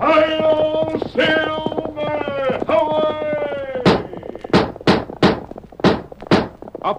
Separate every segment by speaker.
Speaker 1: Hail Silver! Away! A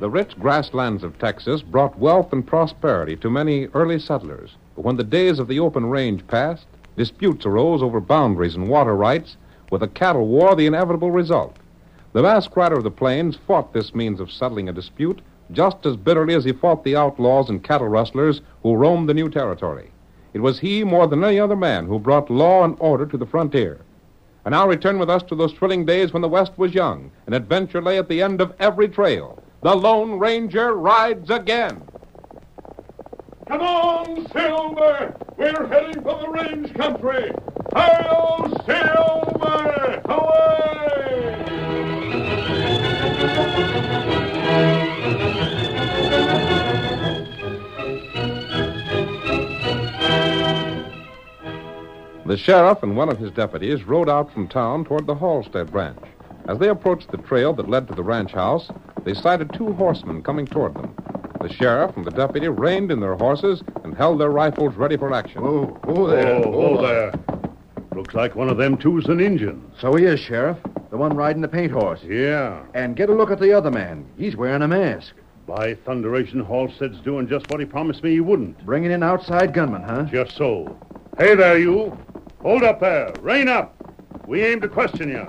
Speaker 1: The rich grasslands of Texas brought wealth and prosperity to many early settlers. But when the days of the open range passed, disputes arose over boundaries and water rights, with a cattle war the inevitable result. The masked rider of the plains fought this means of settling a dispute just as bitterly as he fought the outlaws and cattle rustlers who roamed the new territory. It was he, more than any other man, who brought law and order to the frontier. And now return with us to those thrilling days when the West was young and adventure lay at the end of every trail. The Lone Ranger rides again. Come on, Silver! We're heading for the range country! Hail, Silver! Away! The sheriff and one of his deputies rode out from town toward the Halstead ranch. As they approached the trail that led to the ranch house, they sighted two horsemen coming toward them. The sheriff and the deputy reined in their horses and held their rifles ready for action.
Speaker 2: Oh, oh there.
Speaker 3: Oh, oh, there. Looks like one of them two's an Indian.
Speaker 2: So he is, Sheriff. The one riding the paint horse.
Speaker 3: Yeah.
Speaker 2: And get a look at the other man. He's wearing a mask.
Speaker 3: By thunderation, Halstead's doing just what he promised me he wouldn't.
Speaker 2: Bringing in outside gunmen, huh?
Speaker 3: Just so. Hey there, you. Hold up there. Rein up. We aim to question you.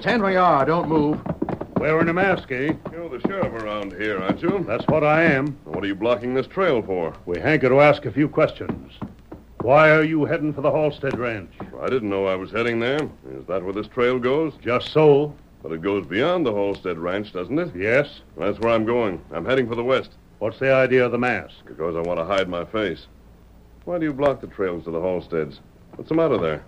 Speaker 2: Stand where you are. Don't move.
Speaker 3: Wearing a mask, eh?
Speaker 4: You're the sheriff around here, aren't you?
Speaker 3: That's what I am.
Speaker 4: What are you blocking this trail for?
Speaker 3: We hanker to ask a few questions. Why are you heading for the Halstead Ranch?
Speaker 4: I didn't know I was heading there. Is that where this trail goes?
Speaker 3: Just so.
Speaker 4: But it goes beyond the Halstead Ranch, doesn't it?
Speaker 3: Yes.
Speaker 4: That's where I'm going. I'm heading for the west
Speaker 3: What's the idea of the mask?
Speaker 4: because I want to hide my face. Why do you block the trails to the Halsteads? What's the matter there?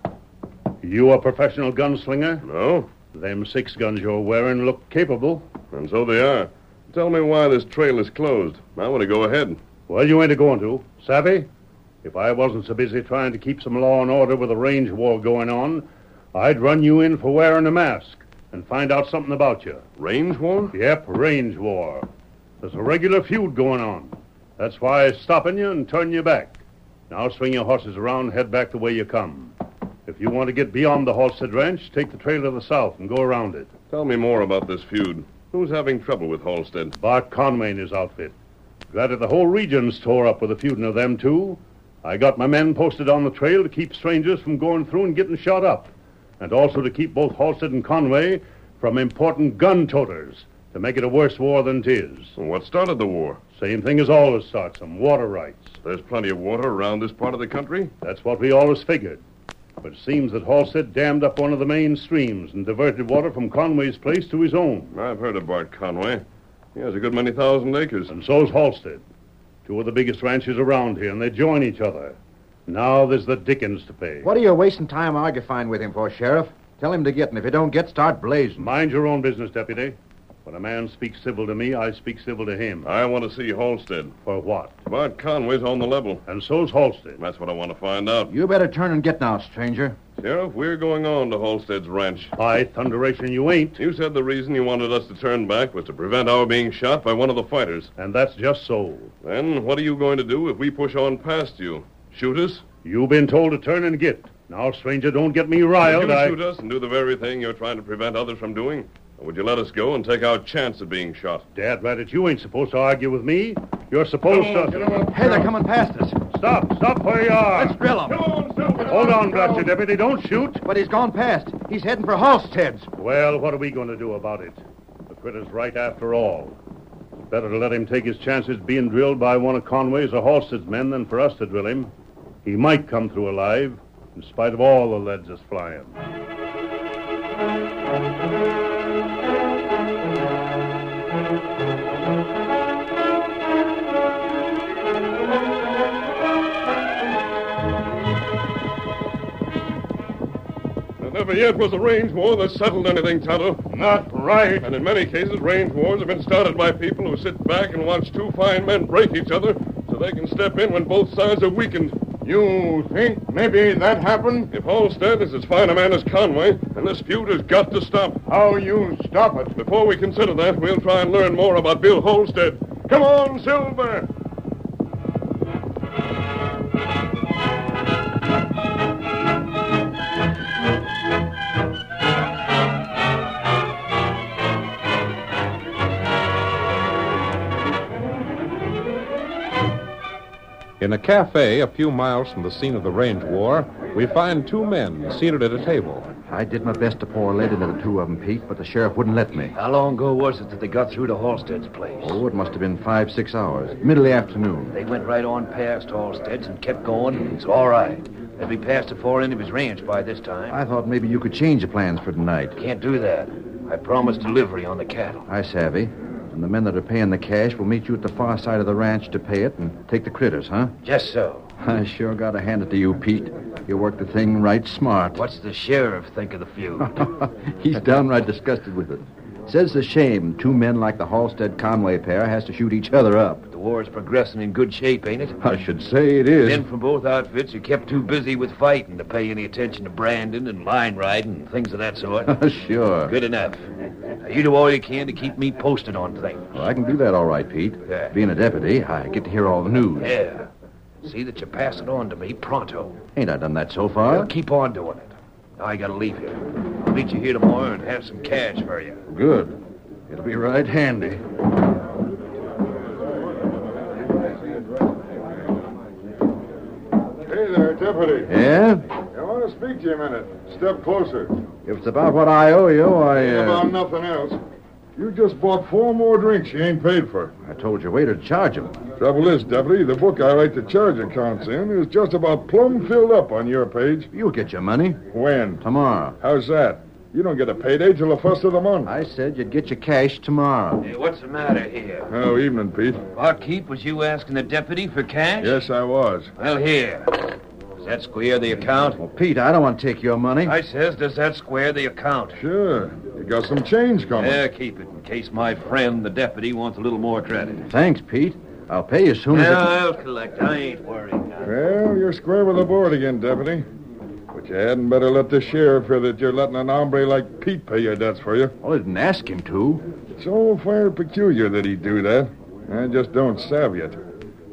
Speaker 3: You a professional gunslinger?
Speaker 4: No?
Speaker 3: Them six guns you're wearing look capable.
Speaker 4: And so they are. Tell me why this trail is closed. I want to go ahead.
Speaker 3: Well, you ain't a going to. Savvy? If I wasn't so busy trying to keep some law and order with a range war going on, I'd run you in for wearing a mask and find out something about you.
Speaker 4: Range war?
Speaker 3: Yep, range war. There's a regular feud going on. That's why I'm stopping you and turning you back. Now swing your horses around and head back the way you come. If you want to get beyond the Halstead Ranch, take the trail to the south and go around it.
Speaker 4: Tell me more about this feud. Who's having trouble with Halstead?
Speaker 3: Bart Conway and his outfit. Glad that the whole region's tore up with the feuding of them two. I got my men posted on the trail to keep strangers from going through and getting shot up, and also to keep both Halstead and Conway from important gun toters to make it a worse war than 'tis.
Speaker 1: Well, what started the war?
Speaker 3: Same thing as always starts 'em, water rights.
Speaker 1: There's plenty of water around this part of the country.
Speaker 3: That's what we always figured. But it seems that Halstead dammed up one of the main streams and diverted water from Conway's place to his own.
Speaker 1: I've heard of Bart Conway. He has a good many thousand acres.
Speaker 3: And so's Halstead. Two of the biggest ranches around here, and they join each other. Now there's the dickens to pay.
Speaker 5: What are you wasting time arguing with him for, Sheriff? Tell him to get, and if he don't get, start blazing.
Speaker 3: Mind your own business, Deputy. When a man speaks civil to me, I speak civil to him.
Speaker 1: I want to see Halstead.
Speaker 3: For what?
Speaker 1: Bart Conway's on the level.
Speaker 3: And so's Halstead.
Speaker 1: That's what I want to find out.
Speaker 5: You better turn and get now, stranger.
Speaker 1: Sheriff, we're going on to Halstead's ranch.
Speaker 3: By thunderation, you ain't.
Speaker 1: You said the reason you wanted us to turn back was to prevent our being shot by one of the fighters.
Speaker 3: And that's just so.
Speaker 1: Then what are you going to do if we push on past you? Shoot us?
Speaker 3: You've been told to turn and get. Now, stranger, don't get me riled.
Speaker 1: Would you
Speaker 3: I...
Speaker 1: shoot us and do the very thing you're trying to prevent others from doing? Or would you let us go and take our chance of being shot?
Speaker 3: Dad, right at you ain't supposed to argue with me. You're supposed to.
Speaker 5: Hey, they're coming past us.
Speaker 3: Stop, stop where you are.
Speaker 5: Let's drill him.
Speaker 3: Hold on, Blaster Deputy. Don't shoot.
Speaker 5: But he's gone past. He's heading for Halstead's.
Speaker 3: Well, what are we going to do about it? The critter's right after all. It's better to let him take his chances being drilled by one of Conway's or Halstead's men than for us to drill him. He might come through alive, in spite of all the leads that's flying.
Speaker 1: There never yet was a range war that settled anything, Tonto.
Speaker 3: Not right.
Speaker 1: And in many cases, range wars have been started by people who sit back and watch two fine men break each other so they can step in when both sides are weakened.
Speaker 6: You think maybe that happened?
Speaker 1: If Halstead is as fine a man as Conway, then this feud has got to stop.
Speaker 6: How you stop it?
Speaker 1: Before we consider that, we'll try and learn more about Bill Halstead. Come on, Silver!
Speaker 7: In a cafe a few miles from the scene of the range war, we find two men seated at a table.
Speaker 5: I did my best to pour lead into the two of them, Pete, but the sheriff wouldn't let me.
Speaker 8: How long ago was it that they got through to Halstead's place?
Speaker 5: Oh, it must have been five, six hours. Middle of the afternoon.
Speaker 8: They went right on past Halstead's and kept going. It's all right. They'll be past the far end of his ranch by this time.
Speaker 5: I thought maybe you could change the plans for tonight.
Speaker 8: Can't do that. I promised delivery on the cattle.
Speaker 5: I savvy. And the men that are paying the cash will meet you at the far side of the ranch to pay it and take the critters, huh?
Speaker 8: Just so.
Speaker 5: I sure gotta hand it to you, Pete. You worked the thing right smart.
Speaker 8: What's the sheriff think of the feud?
Speaker 5: He's downright disgusted with it. Says the shame two men like the Halstead Conway pair has to shoot each other up.
Speaker 8: the war's progressing in good shape, ain't it?
Speaker 5: I should say it is.
Speaker 8: Men from both outfits are kept too busy with fighting to pay any attention to branding and line riding and things of that sort.
Speaker 5: sure.
Speaker 8: Good enough. Now, you do all you can to keep me posted on things.
Speaker 5: Well, I can do that all right, Pete.
Speaker 8: Yeah.
Speaker 5: Being a deputy, I get to hear all the news.
Speaker 8: Yeah. See that you pass it on to me pronto.
Speaker 5: Ain't I done that so
Speaker 8: Well,
Speaker 5: far?
Speaker 8: keep on doing it. Now I gotta leave here. I'll meet you here tomorrow and have some cash for you.
Speaker 5: Good. It'll be right handy.
Speaker 6: Hey there, deputy.
Speaker 5: Yeah?
Speaker 6: I want to speak to you a minute. Step closer.
Speaker 5: If it's about what I owe you, I.
Speaker 6: Ain't
Speaker 5: Uh,
Speaker 6: About nothing else. You just bought four more drinks you ain't paid for.
Speaker 5: I told your waiter to charge him.
Speaker 6: Trouble is, deputy, the book I write the charge accounts in is just about plumb filled up on your page.
Speaker 5: You'll get your money
Speaker 6: When?
Speaker 5: tomorrow.
Speaker 6: How's that? You don't get a payday till the first of the month.
Speaker 5: I said you'd get your cash tomorrow.
Speaker 8: Hey, what's the matter here?
Speaker 6: Oh, evening, Pete.
Speaker 8: Barkeep, was you asking the deputy for cash?
Speaker 6: Yes, I was.
Speaker 8: Well, here. Does that square the account?
Speaker 5: Well, Pete, I don't want to take your money.
Speaker 8: I says, does that square the account?
Speaker 6: Sure. You got some change coming.
Speaker 8: There, keep it in case my friend, the deputy, wants a little more credit.
Speaker 5: Thanks, Pete. I'll pay you as soon as.
Speaker 8: Now,
Speaker 5: I...
Speaker 8: I'll collect. I ain't worried now.
Speaker 6: Well, you're square with the board again, deputy. But you hadn't better let the sheriff hear that you're letting an hombre like Pete pay your debts for you.
Speaker 5: Well, I didn't ask him to.
Speaker 6: It's all fair peculiar that he do that. I just don't savvy it.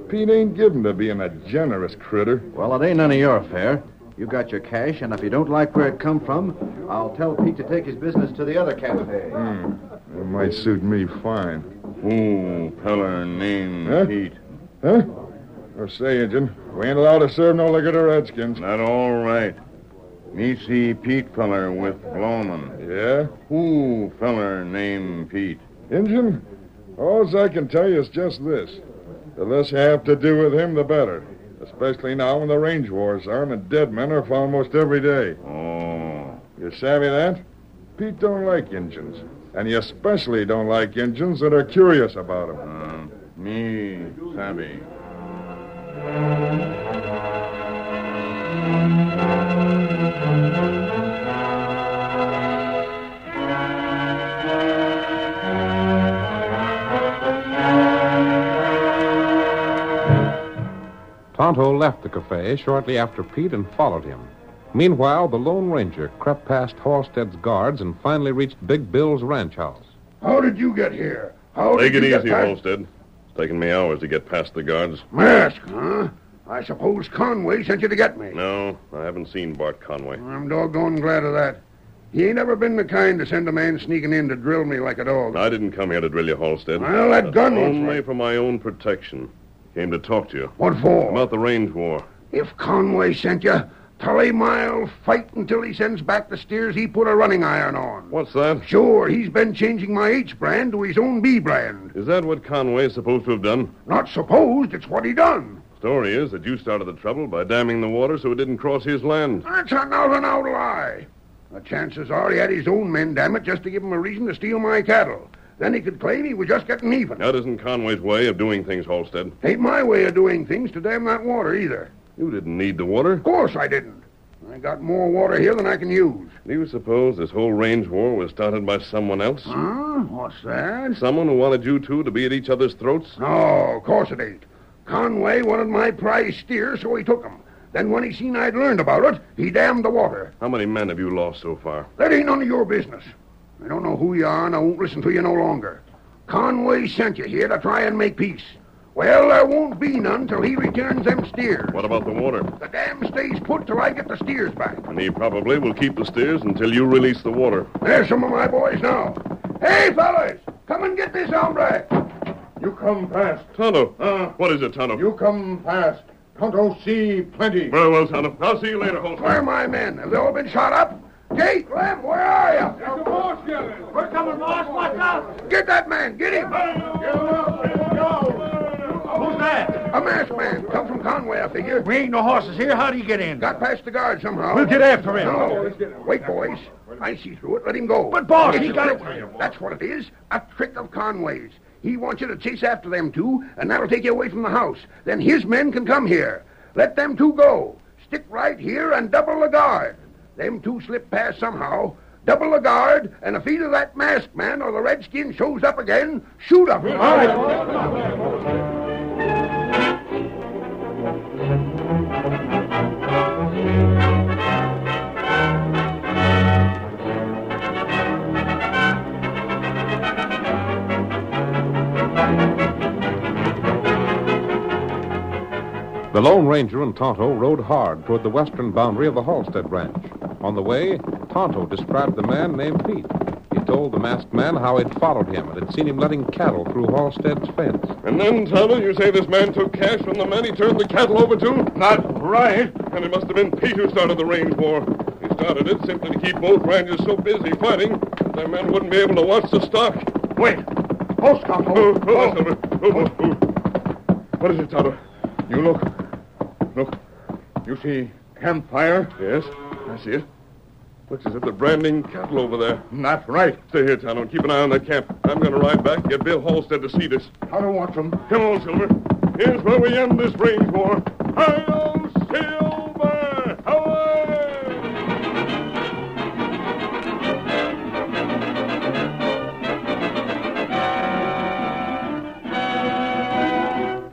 Speaker 6: Pete ain't given to being a generous critter.
Speaker 5: Well, it ain't none of your affair. You got your cash, and if you don't like where it come from, I'll tell Pete to take his business to the other cafe.
Speaker 6: It might suit me fine.
Speaker 1: Fool, feller named
Speaker 6: Huh?
Speaker 1: Pete.
Speaker 6: Huh? Or say, Injun, we ain't allowed to serve no liquor to Redskins.
Speaker 1: Not all right.
Speaker 3: E
Speaker 1: Me see Pete feller with Blowman.
Speaker 6: Yeah?
Speaker 1: Who feller named Pete?
Speaker 9: Injun? All I can tell you is just this. The less you have to do with him, the better. Especially now when the range war's on and dead men are found most every day.
Speaker 3: Oh.
Speaker 9: You savvy that? Pete don't like Injuns. And he especially don't like Injuns that are curious about him.
Speaker 3: Uh, me, Sammy.
Speaker 1: Tonto left the cafe shortly after Pete and followed him. Meanwhile, the Lone Ranger crept past Halstead's guards and finally reached Big Bill's ranch house.
Speaker 5: How did you get here? How
Speaker 3: Take it
Speaker 5: did you
Speaker 3: easy,
Speaker 5: get past-
Speaker 3: Holstead. It's taken me hours to get past the guards.
Speaker 5: Mask, huh? I suppose Conway sent you to get me.
Speaker 3: No, I haven't seen Bart Conway.
Speaker 5: I'm doggone glad of that. He ain't ever been the kind to send a man sneaking in to drill me like a dog.
Speaker 3: I didn't come here to drill you, Halstead.
Speaker 5: Well, that gun was
Speaker 3: Only
Speaker 5: right.
Speaker 3: for my own protection. Came to talk to you
Speaker 5: What for?
Speaker 3: about the range war.
Speaker 5: If Conway sent you, Tully Mile'll fight until he sends back the steers he put a running iron on.
Speaker 3: What's that?
Speaker 5: Sure, he's been changing my H brand to his own B brand.
Speaker 3: Is that what Conway's supposed to have done?
Speaker 5: Not supposed, it's what he done.
Speaker 3: Story is that you started the trouble by damming the water so it didn't cross his land.
Speaker 5: That's an out-and-out lie. The chances are he had his own men, damn it, just to give him a reason to steal my cattle. Then he could claim he was just getting even.
Speaker 3: That isn't Conway's way of doing things, Halstead.
Speaker 5: Ain't my way of doing things to damn that water either.
Speaker 3: You didn't need the water.
Speaker 5: Of course I didn't. I got more water here than I can use.
Speaker 3: Do you suppose this whole range war was started by someone else?
Speaker 5: Huh? What's that?
Speaker 3: Someone who wanted you two to be at each other's throats?
Speaker 5: No, of course it ain't. Conway wanted my prize steer, so he took 'em. Then when he seen I'd learned about it, he dammed the water.
Speaker 3: How many men have you lost so far?
Speaker 5: That ain't none of your business. I don't know who you are, and I won't listen to you no longer. Conway sent you here to try and make peace. Well, there won't be none till he returns them steers.
Speaker 3: What about the water?
Speaker 5: The dam stays put till I get the steers back.
Speaker 3: And he probably will keep the steers until you release the water.
Speaker 5: There's some of my boys now. Hey, fellas, come and get this hombre.
Speaker 9: You come fast.
Speaker 3: Tonto!
Speaker 5: Uh,
Speaker 3: what is it, Tonto?
Speaker 9: You come fast. Tonto see plenty.
Speaker 3: Very well, Tonto. I'll see you later, Holstein.
Speaker 5: Where are my men? Have they all been shot up? Jake, Lem, where are you?
Speaker 9: We're coming, boss. Watch out.
Speaker 5: Get that man. Get him.
Speaker 9: Who's that?
Speaker 5: A masked man. Come from Conway, I figure.
Speaker 8: We ain't no horses here. How do you get in?
Speaker 5: Got past the guard somehow.
Speaker 8: We'll get after him.
Speaker 5: No. Wait, boys. I see through it. Let him go.
Speaker 8: But, boss,
Speaker 5: It's
Speaker 8: he
Speaker 5: a
Speaker 8: got
Speaker 5: trick.
Speaker 8: it.
Speaker 5: That's what it is. A trick of Conway's. He wants you to chase after them two, and that'll take you away from the house. Then his men can come here. Let them two go. Stick right here and double the guard. Them two slip past somehow. Double the guard, and if either that masked man or the redskin shows up again, shoot him. All right.
Speaker 1: The Lone Ranger and Tonto rode hard toward the western boundary of the Halstead Ranch. On the way, Tonto described the man named Pete. He told the masked man how he'd followed him and had seen him letting cattle through Halstead's fence.
Speaker 3: And then, Tonto, you say this man took cash from the man he turned the cattle over to? Not right. And it must have been Pete who started the range war. He started it simply to keep both ranges so busy fighting that their men wouldn't be able to watch the stock.
Speaker 8: Wait. Post Tonto.
Speaker 3: Oh, oh, that's all right. Oh, oh, oh. What is it, Tonto?
Speaker 9: You look. Look. You see campfire?
Speaker 3: Yes, I see it. Looks as if they're branding cattle over there.
Speaker 9: Not right.
Speaker 3: Stay here, Tonto, and keep an eye on that camp. I'm going to ride back and get Bill Halstead to see this.
Speaker 9: I don't want them.
Speaker 3: Come on, Silver. Here's where we end this range war. Hi-yo, Silver! Away!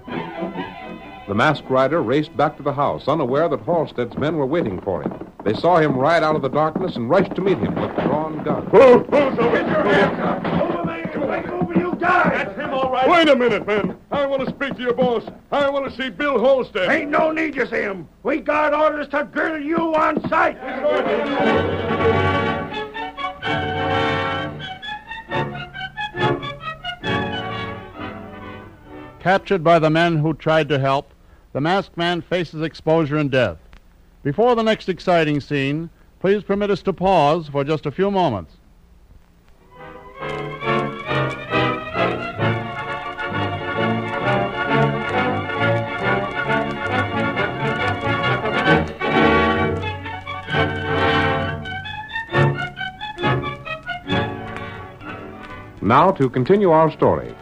Speaker 1: The masked rider raced back to the house, unaware that Halstead's men were waiting for him. They saw him ride out of the darkness and rushed to meet him with drawn guns.
Speaker 3: Oh, oh, Silver!
Speaker 5: Over you guys. That's him, all right.
Speaker 3: Wait a minute, men. I want to speak to your boss. I want to see Bill Halstead.
Speaker 5: Ain't no need to see him. We got orders to drill you on sight.
Speaker 10: captured by the men who tried to help, the masked man faces exposure and death. Before the next exciting scene, please permit us to pause for just a few moments.
Speaker 11: Now, to continue our story.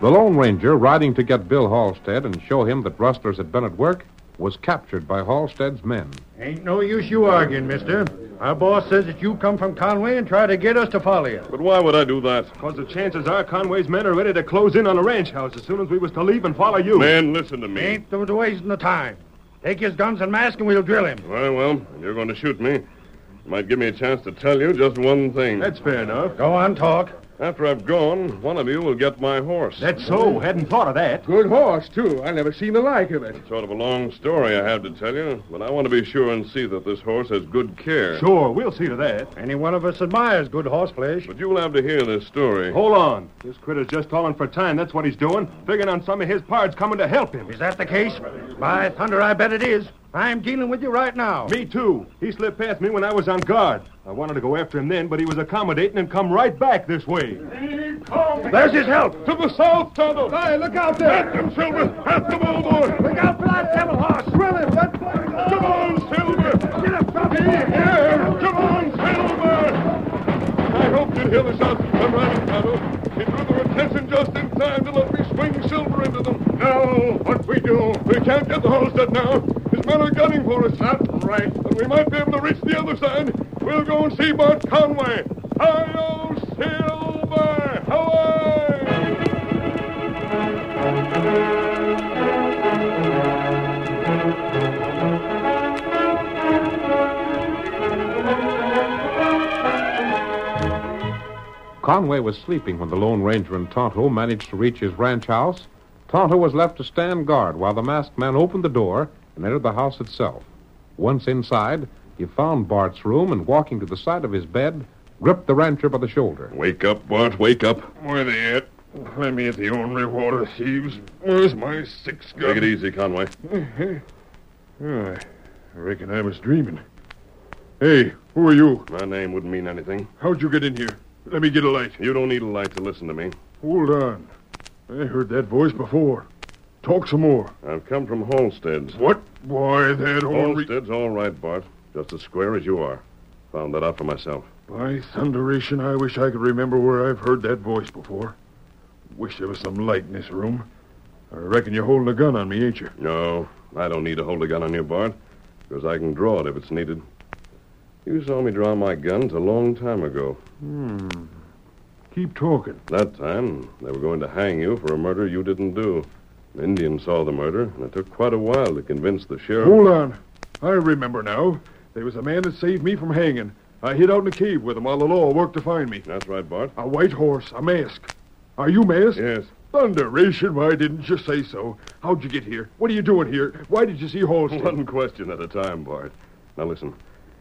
Speaker 11: The Lone Ranger, riding to get Bill Halstead and show him that rustlers had been at work, was captured by Halstead's men.
Speaker 12: Ain't no use you arguing, mister. Our boss says that you come from Conway and try to get us to follow you.
Speaker 3: But why would I do that?
Speaker 5: Because the chances are Conway's men are ready to close in on the ranch house as soon as we was to leave and follow you.
Speaker 3: Man, listen to me.
Speaker 12: Ain't no wasting the time. Take his guns and mask and we'll drill him.
Speaker 3: Very well. You're going to shoot me. You might give me a chance to tell you just one thing. That's
Speaker 5: fair enough.
Speaker 12: Go on, talk.
Speaker 3: After I've gone, one of you will get my horse.
Speaker 5: That's so. Hadn't thought of that.
Speaker 13: Good horse, too. I never seen the like of it.
Speaker 3: Sort of a long story I have to tell you, but I want to be sure and see that this horse has good care.
Speaker 5: Sure, we'll see to that.
Speaker 12: Any one of us admires good horse flesh.
Speaker 3: But you'll have to hear this story.
Speaker 5: Hold on. This critter's just calling for time. That's what he's doing. Figuring on some of his pards coming to help him.
Speaker 12: Is that the case? By thunder, I bet it is. I'm dealing with you right now.
Speaker 5: Me too. He slipped past me when I was on guard. I wanted to go after him then, but he was accommodating and come right back this way.
Speaker 12: There's his help.
Speaker 3: To the south, Tonto.
Speaker 12: Hey, look out there.
Speaker 3: At them, Silver. At them, old boy.
Speaker 12: Look out for that devil horse. Drill him. That's
Speaker 3: Come on, Silver.
Speaker 12: Get up, drop him in.
Speaker 3: Yeah, come on, Silver. I hope you'd hear the shots that come running, Tonto. He drew their attention just in time to let me swing Silver into them. Now, what we do? We can't get the Holstead now. His men are gunning for us. Not right. But we might be able to reach the other side. We'll go and see Bart Conway. Hi-yo, Silver! Hello!
Speaker 11: Conway was sleeping when the Lone Ranger and Tonto managed to reach his ranch house. Tonto was left to stand guard while the masked man opened the door and entered the house itself. Once inside, he found Bart's room and, walking to the side of his bed, gripped the rancher by the shoulder.
Speaker 3: Wake up, Bart. Wake up.
Speaker 1: Where they at? Let me at the only water thieves. Where's my six gun?
Speaker 3: Take it easy, Conway.
Speaker 1: Oh, I reckon I was dreaming. Hey, who are you?
Speaker 3: My name wouldn't mean anything.
Speaker 1: How'd you get in here? Let me get a light.
Speaker 3: You don't need a light to listen to me.
Speaker 1: Hold on. I heard that voice before. Talk some more.
Speaker 3: I've come from Halstead's.
Speaker 1: What? Why, that ornery...
Speaker 3: Halstead's all right, Bart. Just as square as you are. Found that out for myself.
Speaker 1: By thunderation, I wish I could remember where I've heard that voice before. Wish there was some light in this room. I reckon you're holding a gun on me, ain't you?
Speaker 3: No, I don't need to hold a gun on you, Bart, because I can draw it if it's needed. You saw me draw my guns a long time ago.
Speaker 1: Hmm. Keep talking.
Speaker 3: That time, they were going to hang you for a murder you didn't do. An Indian saw the murder, and it took quite a while to convince the sheriff.
Speaker 1: Hold on. I remember now. There was a man that saved me from hanging. I hid out in a cave with him while the law worked to find me.
Speaker 3: That's right, Bart.
Speaker 1: A white horse, a mask. Are you masked?
Speaker 3: Yes.
Speaker 1: Thunderation, why didn't you say so? How'd you get here? What are you doing here? Why did you see Halstead?
Speaker 3: One question at a time, Bart. Now listen.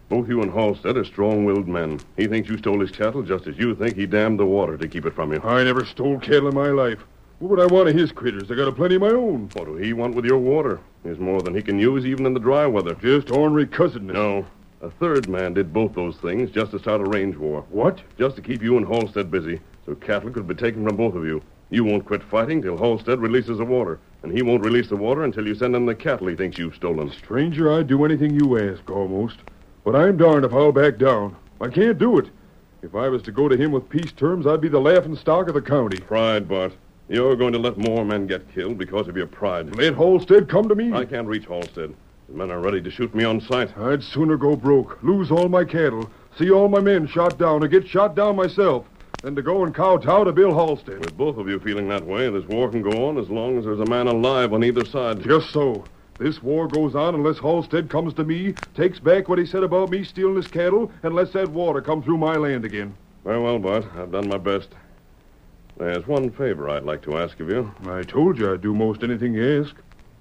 Speaker 3: Both you and Halstead are strong willed men. He thinks you stole his cattle just as you think he dammed the water to keep it from you.
Speaker 1: I never stole cattle in my life. What would I want of his critters? I got a plenty of my own.
Speaker 3: What do he want with your water? There's more than he can use even in the dry weather.
Speaker 1: Just ornery cousins.
Speaker 3: No. A third man did both those things just to start a range war.
Speaker 1: What?
Speaker 3: Just to keep you and Halstead busy, so cattle could be taken from both of you. You won't quit fighting till Halstead releases the water, and he won't release the water until you send him the cattle he thinks you've stolen.
Speaker 1: Stranger, I'd do anything you ask, almost. But I'm darned if I'll back down. I can't do it. If I was to go to him with peace terms, I'd be the laughing stock of the county.
Speaker 3: Pride, Bart. You're going to let more men get killed because of your pride.
Speaker 1: Let Halstead come to me.
Speaker 3: I can't reach Halstead. The men are ready to shoot me on sight.
Speaker 1: I'd sooner go broke, lose all my cattle, see all my men shot down, or get shot down myself, than to go and kowtow to Bill Halstead.
Speaker 3: With both of you feeling that way, this war can go on as long as there's a man alive on either side.
Speaker 1: Just so. This war goes on unless Halstead comes to me, takes back what he said about me stealing his cattle, and lets that water come through my land again.
Speaker 3: Very well, Bart. I've done my best. There's one favor I'd like to ask of you.
Speaker 1: I told you I'd do most anything you ask,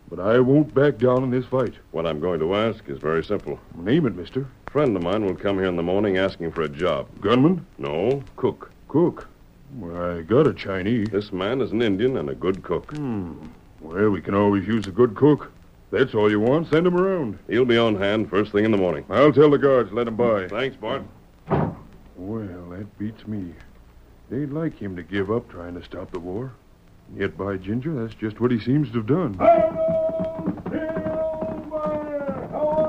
Speaker 1: but I won't back down in this fight.
Speaker 3: What I'm going to ask is very simple.
Speaker 1: Name it, mister.
Speaker 3: A friend of mine will come here in the morning asking for a job.
Speaker 1: Gunman?
Speaker 3: No, cook.
Speaker 1: Cook. Well, I got a Chinese.
Speaker 3: This man is an Indian and a good cook.
Speaker 1: Well, we can always use a good cook. That's all you want. Send him around.
Speaker 3: He'll be on hand first thing in the morning.
Speaker 1: I'll tell the guards, let him by.
Speaker 3: Thanks, Bart.
Speaker 1: Well, that beats me. They'd like him to give up trying to stop the war. Yet, by ginger, that's just what he seems to have done.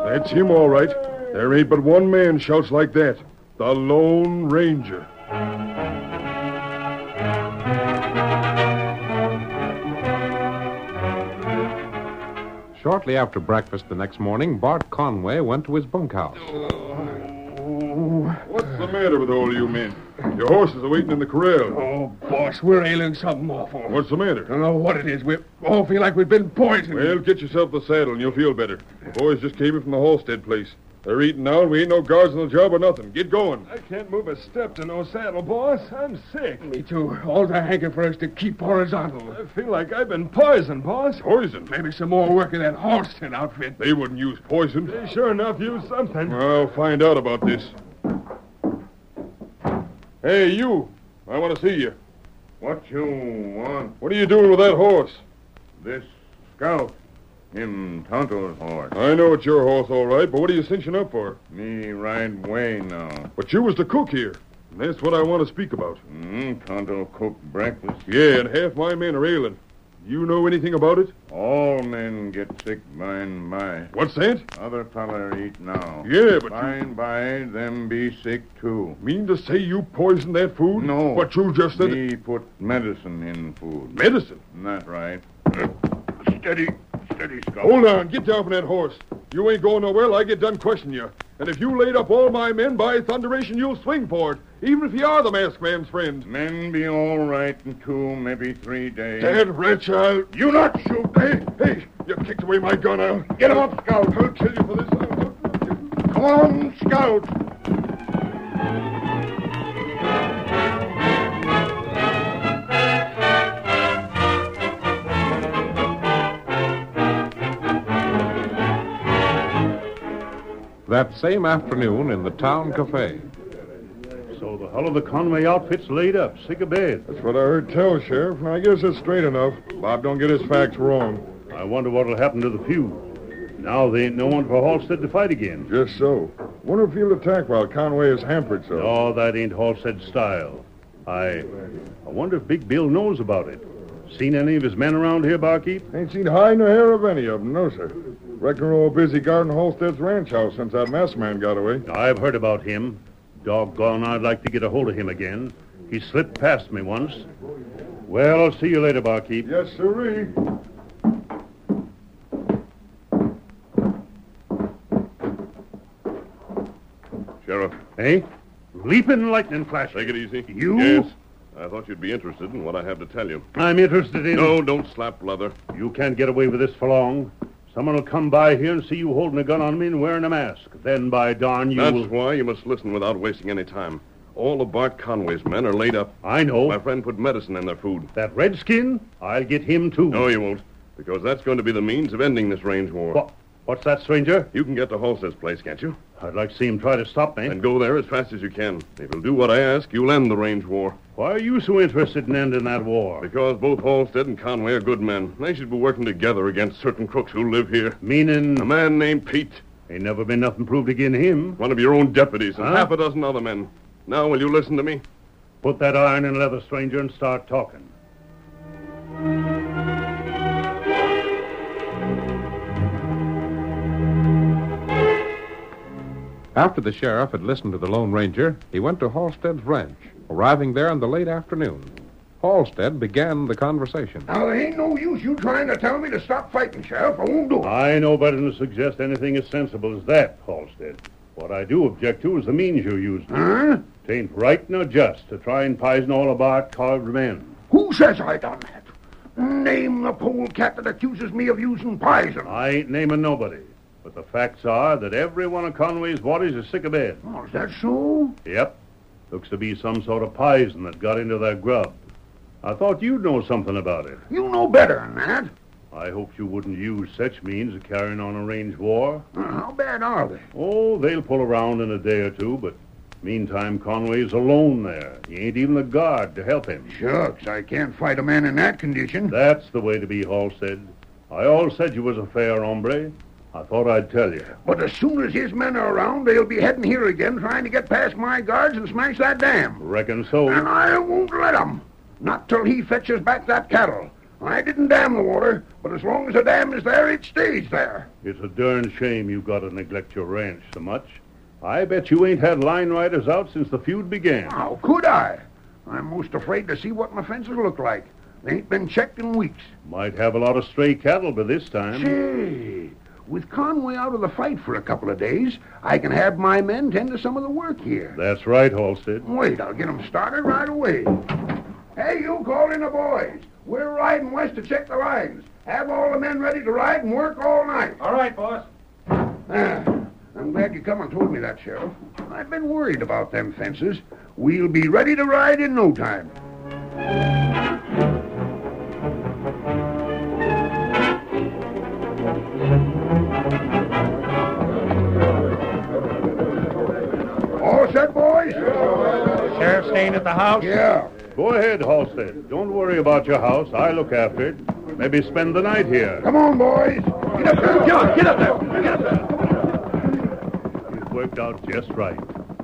Speaker 1: That's him, all right. There ain't but one man shouts like that the Lone Ranger. Shortly after breakfast the next morning, Bart Conway went to his bunkhouse.
Speaker 3: What's the matter with all you men? Your horses are waiting in the corral.
Speaker 14: Oh, boss, we're ailing something awful.
Speaker 3: What's the matter?
Speaker 14: I don't know what it is. We all feel like we've been poisoned.
Speaker 3: Well, get yourself the saddle and you'll feel better. The boys just came in from the Halstead place. They're eating now, and we ain't no guards on the job or nothing. Get going.
Speaker 14: I can't move a step to no saddle, boss. I'm sick. Me too. All the hankering for us to keep horizontal. I feel like I've been poisoned, boss.
Speaker 3: Poisoned?
Speaker 14: Maybe some more work in that Halston outfit.
Speaker 3: They wouldn't use poison. They
Speaker 14: sure enough use something.
Speaker 3: I'll find out about this. Hey, you. I want to see you.
Speaker 15: What you want?
Speaker 3: What are you doing with that horse?
Speaker 15: This scout. Him Tonto's horse.
Speaker 3: I know it's your horse, all right, but what are you cinching up for?
Speaker 15: Me ride way now.
Speaker 3: But you was the cook here. And that's what I want to speak about.
Speaker 15: Mm, Tonto cooked breakfast.
Speaker 3: Yeah, and half my men are ailing. You know anything about it?
Speaker 15: All men get sick by and by.
Speaker 3: What's that?
Speaker 15: Other feller eat now.
Speaker 3: Yeah, but
Speaker 15: By and by, them be sick too.
Speaker 3: Mean to say you poisoned that food?
Speaker 15: No.
Speaker 3: But you just said.
Speaker 15: Me put medicine in food.
Speaker 3: Medicine?
Speaker 15: Not right.
Speaker 3: Steady.
Speaker 15: Steady, Scout.
Speaker 3: Hold on. Get down from that horse. You ain't going nowhere till I get done questioning you. And if you laid up all my men, by thunderation, you'll swing for it, even if you are the masked man's friend.
Speaker 15: Men be all right in two, maybe three days.
Speaker 3: Dad, wretch, I'll...
Speaker 15: You not shoot.
Speaker 3: Hey, hey, you kicked away my gun. I'll...
Speaker 15: Get him up, Scout.
Speaker 3: I'll kill you for this.
Speaker 15: Come on, Scout.
Speaker 1: That same afternoon in the town cafe.
Speaker 16: So the hull of the Conway outfit's laid up, sick of bed.
Speaker 3: That's what I heard tell, Sheriff, and I guess it's straight enough. Bob, don't get his facts wrong.
Speaker 16: I wonder what'll happen to the feud. Now there ain't no one for Halstead to fight again.
Speaker 3: Just so. Wonder if he'll attack while Conway is hampered so.
Speaker 16: No, that ain't Halstead's style. I, I wonder if Big Bill knows about it. Seen any of his men around here, Barkeep?
Speaker 3: Ain't seen hide nor hair of any of them, no, sir. Reckon we're all busy guarding Holstead's ranch house since that masked man got away.
Speaker 16: I've heard about him. Doggone, I'd like to get a hold of him again. He slipped past me once. Well, I'll see you later, Barkeep.
Speaker 3: Yes, sirree.
Speaker 17: Sheriff.
Speaker 16: Eh? Leaping lightning flash.
Speaker 17: Take it easy.
Speaker 16: You?
Speaker 17: Yes. I thought you'd be interested in what I have to tell you.
Speaker 16: I'm interested in.
Speaker 17: No, don't slap leather.
Speaker 16: You can't get away with this for long. Someone will come by here and see you holding a gun on me and wearing a mask. Then, by darn, you
Speaker 17: That's
Speaker 16: will.
Speaker 17: why you must listen without wasting any time. All of Bart Conway's men are laid up.
Speaker 16: I know.
Speaker 17: My friend put medicine in their food.
Speaker 16: That redskin, I'll get him too.
Speaker 17: No, you won't, because that's going to be the means of ending this range war.
Speaker 16: Wha- What's that, stranger?
Speaker 17: You can get to Halstead's place, can't you?
Speaker 16: I'd like to see him try to stop me.
Speaker 17: And go there as fast as you can. If you'll do what I ask, you'll end the range war.
Speaker 16: Why are you so interested in ending that war?
Speaker 17: Because both Halstead and Conway are good men. They should be working together against certain crooks who live here.
Speaker 16: Meaning,
Speaker 17: A man named Pete,
Speaker 16: ain't never been nothing proved again him.
Speaker 17: one of your own deputies, and
Speaker 16: Huh?
Speaker 17: half a dozen other men. Now, will you listen to me?
Speaker 16: Put that iron in leather, stranger, and start talking.
Speaker 1: After the sheriff had listened to the Lone Ranger, he went to Halstead's ranch, arriving there in the late afternoon. Halstead began the conversation.
Speaker 5: Now, there ain't no use you trying to tell me to stop fighting, Sheriff. I won't do it.
Speaker 16: I know better than to suggest anything as sensible as that, Halstead. What I do object to is the means you used.
Speaker 5: Huh?
Speaker 16: Tain't right nor just to try and poison all of our carved men.
Speaker 5: Who says I done that? Name the polecat that accuses me of using poison.
Speaker 16: I ain't naming nobody, but the facts are that every one of Conway's bodies is sick of bed.
Speaker 5: Oh, is that so?
Speaker 16: Yep. Looks to be some sort of poison that got into their grub. I thought you'd know something about it.
Speaker 5: You know better than that.
Speaker 16: I hoped you wouldn't use such means of carrying on a range war.
Speaker 5: Uh, how bad are they?
Speaker 16: Oh, they'll pull around in a day or two, but meantime, Conway's alone there. He ain't even a guard to help him.
Speaker 5: Shucks, I can't fight a man in that condition.
Speaker 16: That's the way to be, Halstead. I all said you was a fair hombre. I thought I'd tell you.
Speaker 5: But as soon as his men are around, they'll be heading here again, trying to get past my guards and smash that dam.
Speaker 16: Reckon so.
Speaker 5: And I won't let 'em. Not till he fetches back that cattle. I didn't dam the water, but as long as the dam is there, it stays there.
Speaker 16: It's a darn shame you got to neglect your ranch so much. I bet you ain't had line riders out since the feud began.
Speaker 5: How could I? I'm most afraid to see what my fences look like. They ain't been checked in weeks.
Speaker 16: Might have a lot of stray cattle by this time.
Speaker 5: Gee, With Conway out of the fight for a couple of days, I can have my men tend to some of the work here.
Speaker 16: That's right, Halstead.
Speaker 5: Wait, I'll get 'em started right away. Hey, you call in the boys. We're riding west to check the lines. Have all the men ready to ride and work all night. All right, boss. I'm glad you come and told me that, Sheriff. I've been worried about them fences. We'll be ready to ride in no time. All set, boys?
Speaker 16: Sheriff staying at the house?
Speaker 5: Yeah.
Speaker 16: Go ahead, Halstead. Don't worry about your house. I look after it. Maybe spend the night here.
Speaker 5: Come on, boys. Get up there. Get up, get up there. Get up there.
Speaker 16: You've worked out just right.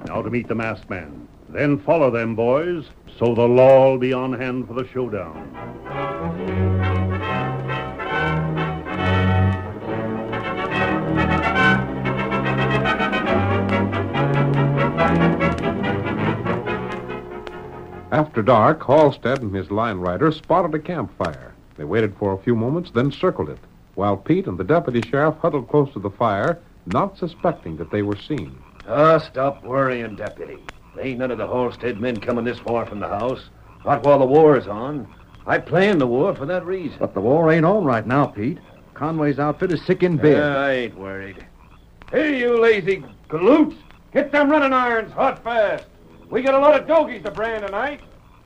Speaker 16: Now to meet the masked man. Then follow them, boys, so the law'll be on hand for the showdown.
Speaker 1: After dark, Halstead and his line rider spotted a campfire. They waited for a few moments, then circled it, while Pete and the deputy sheriff huddled close to the fire, not suspecting that they were seen.
Speaker 8: Ah, stop worrying, deputy. There ain't none of the Halstead men coming this far from the house. Not while the war is on. I planned the war for that reason.
Speaker 2: But the war ain't on right now, Pete. Conway's outfit is sick in bed.
Speaker 8: Ah, I ain't worried.
Speaker 18: Hey, you lazy galoots! Get them running irons hot fast. We got a lot of dogies to brand tonight.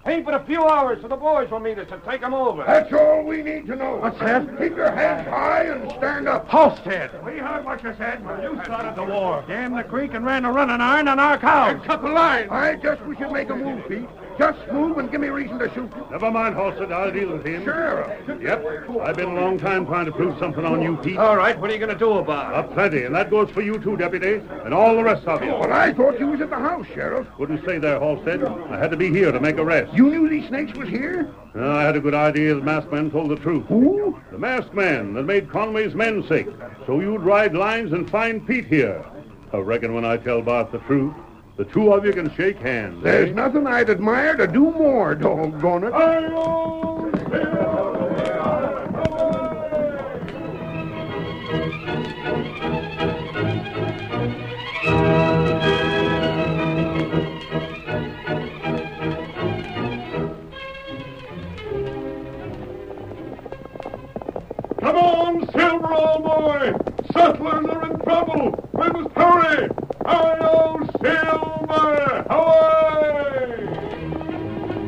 Speaker 18: Ain't but a few hours, so the boys will meet us and take 'em over.
Speaker 5: That's all we need to know. What's
Speaker 18: that?
Speaker 5: Keep your heads high and stand up.
Speaker 18: Halstead.
Speaker 5: We heard what you said. You started
Speaker 19: The war. Damn the creek and ran a running iron on our cows.
Speaker 5: Cut the line. I just we should make a move, Pete. Just move and give me reason to shoot you.
Speaker 16: Never mind, Halstead. I'll deal with him.
Speaker 5: Sheriff.
Speaker 16: Yep. I've been a long time trying to prove something on you, Pete.
Speaker 8: All right, what are you going to do about
Speaker 16: it? A Ah, plenty, and that goes for you too, deputy, and all the rest of you.
Speaker 5: But I thought you was at the house, Sheriff.
Speaker 16: Wouldn't stay there, Halstead. I had to be here to make arrests.
Speaker 5: You knew these snakes was here?
Speaker 16: Uh, I had a good idea the masked man told the truth.
Speaker 5: Who?
Speaker 16: The masked man that made Conway's men sick. So you'd ride lines and find Pete here. I reckon when I tell Bart the truth, the two of you can shake hands.
Speaker 3: eh?
Speaker 5: There's nothing I'd admire to do more, doggone it.
Speaker 3: Come on, Silver, old boy! Settlers are in trouble! We must hurry! Hi-yo, Silver! Away!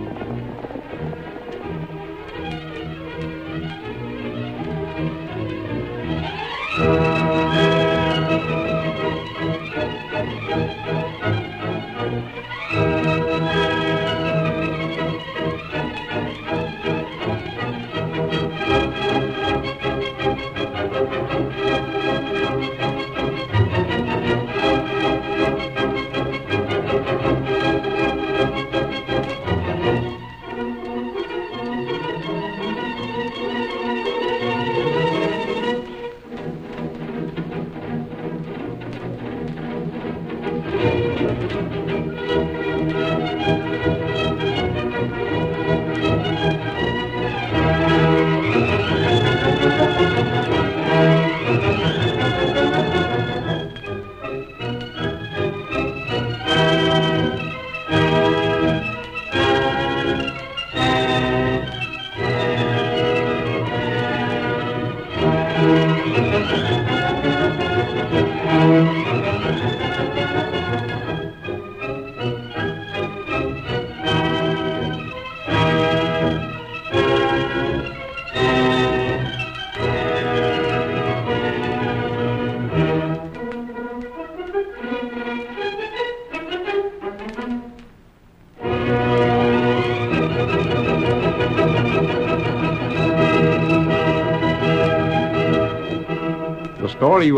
Speaker 1: The story you